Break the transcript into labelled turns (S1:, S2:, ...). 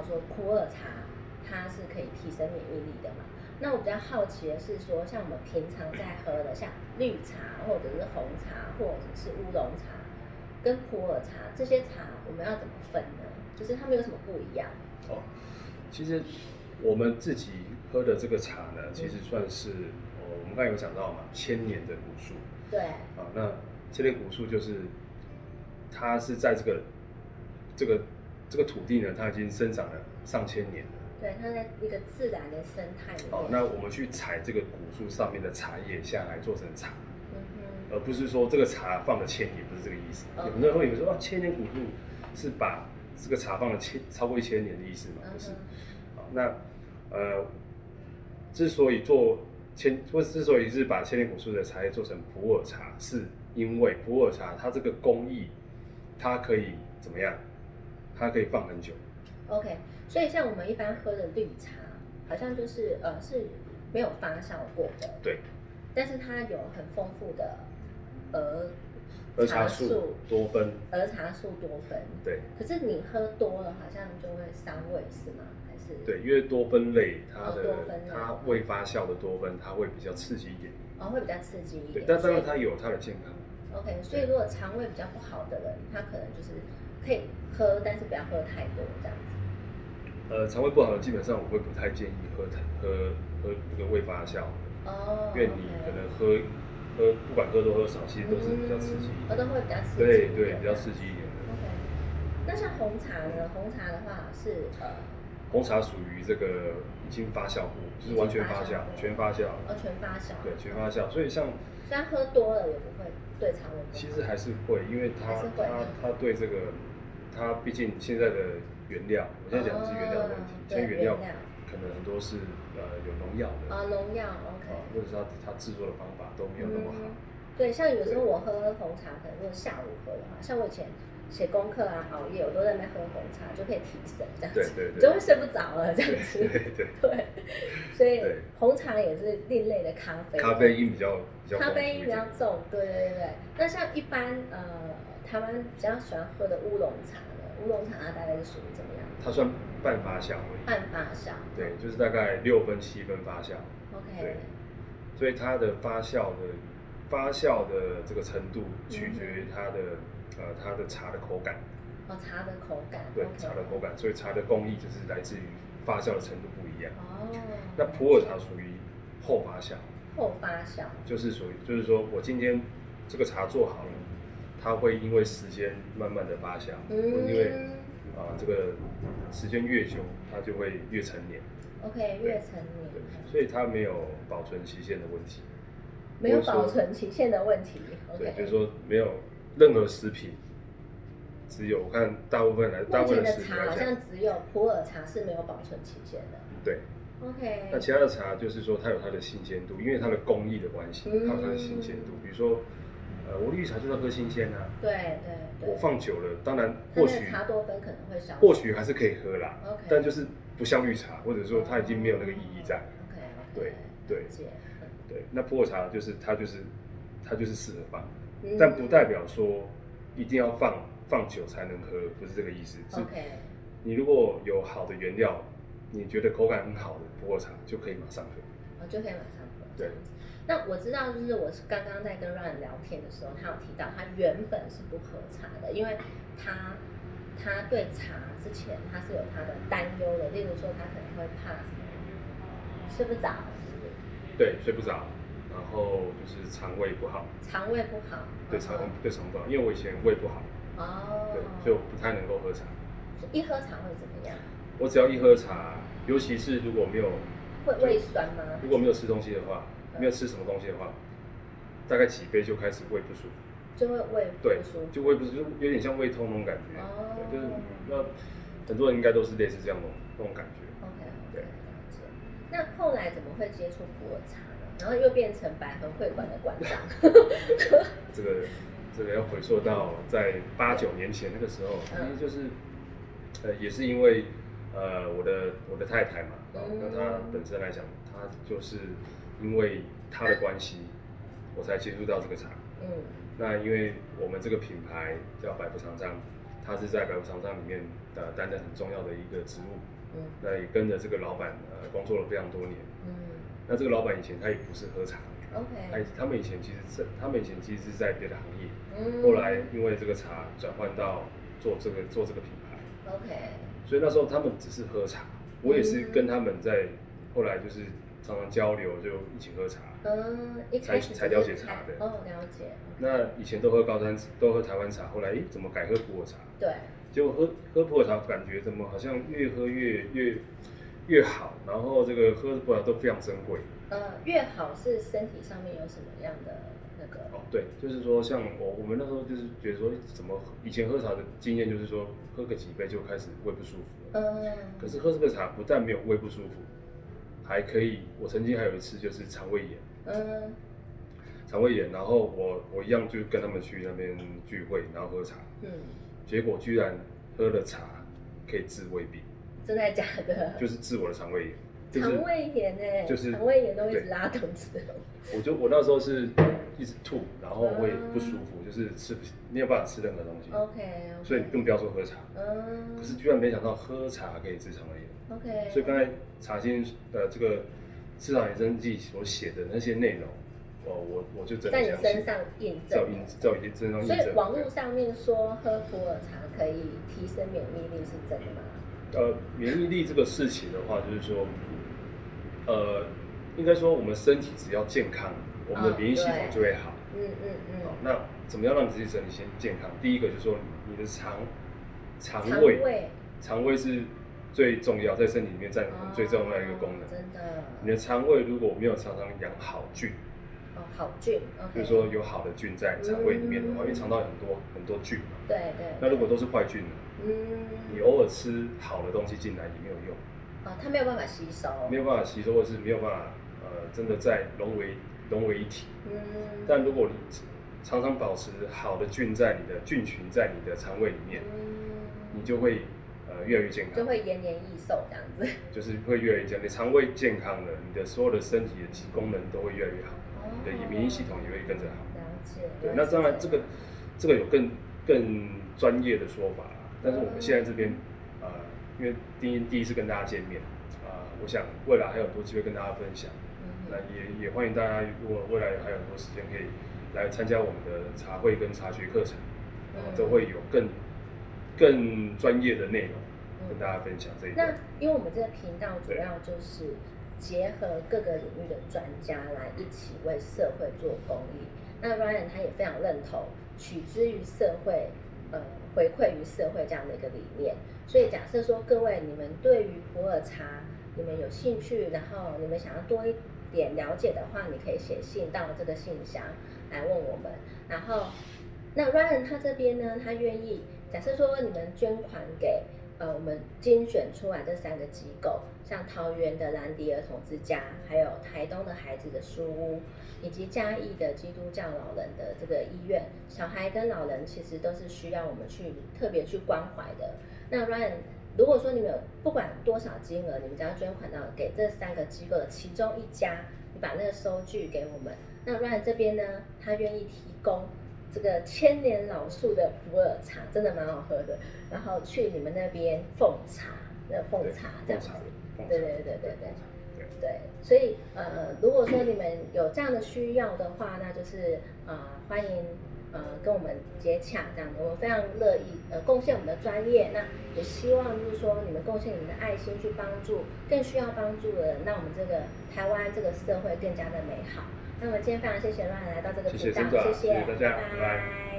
S1: 普洱茶它是可以提升免疫力的嘛？那我比较好奇的是说，像我们平常在喝的，像绿茶或者是红茶或者是乌龙茶，跟普洱茶这些茶，我们要怎么分呢？就是它们有什么不一样？
S2: 哦，其实我们自己喝的这个茶呢，其实算是、哦、我们刚才有讲到嘛，千年的古树
S1: 对，
S2: 啊。那千年古树就是它是在这个这个这个土地呢，它已经生长了上千年了。
S1: 对，它在一个自然的生态里面。
S2: 哦，那我们去采这个古树上面的茶叶下来做成茶，
S1: 嗯哼，
S2: 而不是说这个茶放了千年，不是这个意思。
S1: 嗯
S2: 有很多人会以为说啊，千年古树是把这个茶放了千超过一千年的意思嘛？
S1: 嗯
S2: 不是。
S1: 哼，
S2: 好，那呃，之所以做千，或之所以是把千年古树的茶叶做成普洱茶，是因为普洱茶它这个工艺，它可以怎么样？它可以放很久。
S1: OK，所以像我们一般喝的绿茶，好像就是呃是没有发酵过的，
S2: 对，
S1: 但是它有很丰富的儿
S2: 而茶树多酚，
S1: 儿茶素多酚。
S2: 对
S1: 可是你喝多了，好像就会伤胃是吗？还是？
S2: 对，因为多酚类它
S1: 哦
S2: 的
S1: 多酚类
S2: 它未发酵的多酚，它会比较刺激一点。
S1: 哦，会比较刺激一
S2: 对
S1: 点。，
S2: 但当
S1: 所以
S2: 然它有它的健康。
S1: OK，所以如果肠胃比较不好的人，他可能就是可以喝，但是不要喝太多这样子。
S2: 呃，肠胃不好的基本上我会不太建议喝喝喝那个未发酵的。
S1: 哦，
S2: 因为你可能喝喝不管喝多喝少，其实都是比较刺激一
S1: 哦，
S2: 点，
S1: 都会比较刺激。
S2: 对对，比较刺。激一点的。
S1: OK，那像红茶呢？红茶的话是呃，
S2: 红茶属于这个已经发酵过，就是完全发酵，全发酵，
S1: 哦，全发酵。
S2: 对，全发酵。所以像
S1: 虽然喝多了也不会对肠胃不好。
S2: 其实还是会，因为它
S1: 还是会
S2: 它它对这个它毕竟现在的原料，我现在讲的是原料的问题
S1: 哦，
S2: 现在
S1: 对
S2: 原料
S1: 原料
S2: 可能很多是呃有农药的，
S1: 啊，
S2: 啊，
S1: 农药 OK。
S2: 或者是它它制作的方法都没有那么好
S1: 嗯。对，像有时候我喝红茶，可能就是下午喝的话，像我以前写功课啊、熬夜，我都在那边喝红茶，就可以提神这样
S2: 对
S1: 子，
S2: 对对
S1: 你就会睡不着了这
S2: 对
S1: 样子。
S2: 对对，
S1: 对，所以
S2: 对
S1: 红茶也是另类的咖啡。
S2: 咖啡因比较比较
S1: 咖
S2: 丰富
S1: 啡
S2: 一
S1: 因
S2: 点
S1: 比较重，对对对对。那像一般呃台湾比较喜欢喝的乌龙茶呢，乌龙茶它大概是属于怎么样？
S2: 它算半发酵而已。
S1: 半发酵。
S2: 对，就是大概六分七分发酵，
S1: OK
S2: 对。所以它的发酵的发酵的这个程度
S1: 嗯
S2: 取决于它的、呃它的茶的口感，
S1: 哦，茶的口感。
S2: 对
S1: OK
S2: 茶的口。感，所以茶的工艺就是来自于发酵的程度不一样。
S1: 哦。
S2: 那普洱茶属于后发酵，
S1: 后发酵。
S2: 就是属于就是说我今天这个茶做好了，它会因为时间慢慢的发酵，
S1: 嗯
S2: 因为啊、这个时间越久，它就会越陈年，
S1: OK，
S2: 对
S1: 越陈年
S2: 对，所以它没有保存期限的问题。
S1: 没有
S2: 我说
S1: 保存期限的问题。
S2: 对，
S1: OK，
S2: 就是说没有任何食品，只有我看大部分来，大
S1: 目
S2: 部
S1: 前
S2: 分的
S1: 的
S2: 食品
S1: 茶好
S2: 来
S1: 像
S2: 讲，
S1: 只有普洱茶是没有保存期限的。
S2: 对。
S1: OK，
S2: 那其他的茶就是说它有它的新鲜度，因为它的工艺的关系，
S1: 嗯
S2: 它有它的新鲜度。比如说，呃，我绿茶就是要喝新鲜啊，
S1: 对对对，
S2: 我放久了，当然
S1: 它那
S2: 或
S1: 个
S2: 许
S1: 茶多酚可能会消失。
S2: 或许还是可以喝啦
S1: OK
S2: 但就是不像绿茶，或者说它已经没有那个意义在。
S1: OK，
S2: 对对对，那普洱茶就是它就是它就是适合放，
S1: 嗯
S2: 但不代表说一定要放放久才能喝，不是这个意思，是
S1: OK，
S2: 你如果有好的原料，你觉得口感很好的普洱茶就可以马上喝。
S1: 我哦就可以马上喝。
S2: 对。
S1: 那我知道，就是我是刚刚在跟 Ryan 聊天的时候，他有提到他原本是不喝茶的，因为他他对茶之前他是有他的担忧的，例如说他可能会怕什么睡不着、
S2: 对，睡不着，然后就是肠胃不好，
S1: 肠胃不好，
S2: 对肠对肠不好，因为我以前胃不好，
S1: 哦，
S2: 对，所以我不太能够喝茶。
S1: 一喝茶会怎么样？
S2: 我只要一喝茶，尤其是如果没有
S1: 会胃酸吗？嗯
S2: 如果没有吃东西的话，没有吃什么东西的话，大概几杯就开始胃不舒服，
S1: 就会胃
S2: 对
S1: 不舒，服。
S2: 就胃不舒服，就有点像胃痛那种感觉，
S1: 哦
S2: 对，就是那很多人应该都是类似这样的那种感觉。
S1: OK，
S2: 对
S1: 了解。那后来怎么会接触普洱茶呢？然后又变成百合会馆的馆长。嗯
S2: 这个这个要回溯到在八九年前那个时候，其
S1: 嗯
S2: 实就是呃也是因为呃我的我的太太嘛，然后
S1: 嗯
S2: 那她本身来讲，她就是因为她的关系，我才接触到这个茶。
S1: 嗯
S2: 那因为我们这个品牌叫百福长章，它是在白葡糖厂里面呃担任很重要的一个职务，
S1: 嗯
S2: 那也跟着这个老板呃工作了非常多年。
S1: 嗯
S2: 那这个老板以前他也不是喝茶，他
S1: ，OK，
S2: 他们以前其实是他们以前其实是在别的行业，
S1: 嗯，
S2: 后来因为这个茶转换到做这个做这个品牌，
S1: OK，
S2: 所以那时候他们只是喝茶，我也
S1: 嗯
S2: 是跟他们在后来就是常常交流，就一起喝茶。
S1: 嗯，一开始
S2: 才才了解茶的
S1: 哦，了解，
S2: 那以前都喝高山都喝台湾茶，后来诶怎么改喝普洱茶？
S1: 对，
S2: 结果喝喝普洱茶感觉怎么好像越喝越越越好，然后这个喝普洱茶都非常珍贵。
S1: 呃，越好是身体上面有什么样的那个，
S2: 哦，对，就是说像我我们那时候就是觉得说怎么以前喝茶的经验就是说喝个几杯就开始胃不舒服了，
S1: 嗯，
S2: 可是喝这个茶不但没有胃不舒服，还可以，我曾经还有一次就是肠胃炎。
S1: 嗯
S2: 肠胃炎，然后我我一样就跟他们去那边聚会，然后喝茶，
S1: 嗯，
S2: 结果居然喝了茶可以治胃病，
S1: 真的假的？
S2: 就是治我的肠胃炎，就是
S1: 肠胃炎哎，
S2: 就是
S1: 肠胃炎都一直
S2: 对
S1: 拉肚子，
S2: 我就我那时候是一直吐，然后我也不舒服，就是吃不没有办法吃任何东西，
S1: 哦 OK，
S2: 所以更不要说喝茶。
S1: 嗯，
S2: 可是居然没想到喝茶可以治肠胃炎，
S1: OK，
S2: 所以刚才茶先呃这个市场衍生剂所写的那些内容，哦我我就真
S1: 在
S2: 的
S1: 你
S2: 相
S1: 身
S2: 信，
S1: 上验
S2: 在
S1: 证
S2: 我。印在我印身上印
S1: 所
S2: 证，
S1: 以网
S2: 对
S1: 络上面说喝普洱茶可以提升免疫力是真的吗？
S2: 呃，免疫力这个事情的话，就是说，呃，应该说我们身体只要健康，我们的
S1: 嗯
S2: 免疫系统
S1: 对
S2: 就会好。
S1: 嗯嗯
S2: 好
S1: 嗯，
S2: 那怎么样让你自己身体先健康？第一个就是说，你的肠、肠
S1: 肠
S2: 胃、
S1: 胃
S2: 肠胃是最重要，在身体里面占我们最重要的一个功
S1: 哦
S2: 能。
S1: 真的，
S2: 你的肠胃如果没有常常养好菌，
S1: 哦好菌，OK，
S2: 比如说有好的菌在肠胃里面的话，
S1: 嗯
S2: 因为肠道有很多很多菌嘛，
S1: 对对，
S2: 那如果都是坏菌呢，
S1: 嗯，
S2: 你偶尔吃好的东西进来也没有用。
S1: 哦，它没有办法吸收，
S2: 没有办法吸收，或是没有办法呃真的在融为融为一体。
S1: 嗯，
S2: 但如果你常常保持好的菌在你的菌群在你的肠胃里面，你
S1: 嗯，
S2: 就会呃越来越健康，
S1: 就会延年益寿这样子。
S2: 就是会越来越健康。你肠胃健康了，你的所有的身体的功能都会越来越好，你的
S1: 哦
S2: 免疫系统也会跟着好。
S1: 了解。嗯
S2: 对，
S1: 原来
S2: 那
S1: 是
S2: 当然这
S1: 样
S2: 个这个有更更专业的说法啦，但是我们现在这边呃，因为第一第一次跟大家见面啊、我想未来还有很多机会跟大家分享。
S1: 嗯
S2: 那也也欢迎大家，如果未来还有很多时间可以来参加我们的茶会跟茶学课程，
S1: 嗯
S2: 都会有更更专业的内容跟
S1: 嗯
S2: 大家分享这一
S1: 那
S2: 段。
S1: 因为我们这个频道主要就是结合各个领域的专家来一起为社会做公益。那 Ryan 他也非常认同取之于社会，呃，回馈于社会这样的一个理念。所以假设说各位你们对于普洱茶你们有兴趣，然后你们想要多一点了解的话，你可以写信到这个信箱来问我们。然后，那 Ryan 他这边呢，他愿意假设说你们捐款给呃我们精选出来这三个机构，像桃园的兰迪儿童之家，还有台东的孩子的书屋，以及嘉义的基督教老人的这个医院，小孩跟老人其实都是需要我们去特别去关怀的。那 Ryan，如果说你们有不管多少金额，你们只要捐款到给这三个机构的其中一家，你把那个收据给我们。那 Ryan 这边呢，他愿意提供这个千年老树的普洱茶，真的蛮好喝的。然后去你们那边奉茶，那奉茶这样
S2: 奉
S1: 子
S2: 茶。，奉茶
S1: 对对对对对
S2: 奉茶对。
S1: 对，所以呃，如果说你们有这样的需要的话，那就是呃，欢迎呃跟我们接洽这样子，我们非常乐意呃贡献我们的专业，那也希望就是说你们贡献你们的爱心去帮助更需要帮助的人，让我们这个台湾这个社会更加的美好。那么今天非常谢谢 Ryan 来到这个
S2: 谢谢
S1: 频道，
S2: Sandra，
S1: 谢
S2: 谢谢大家
S1: 拜
S2: 拜拜
S1: 拜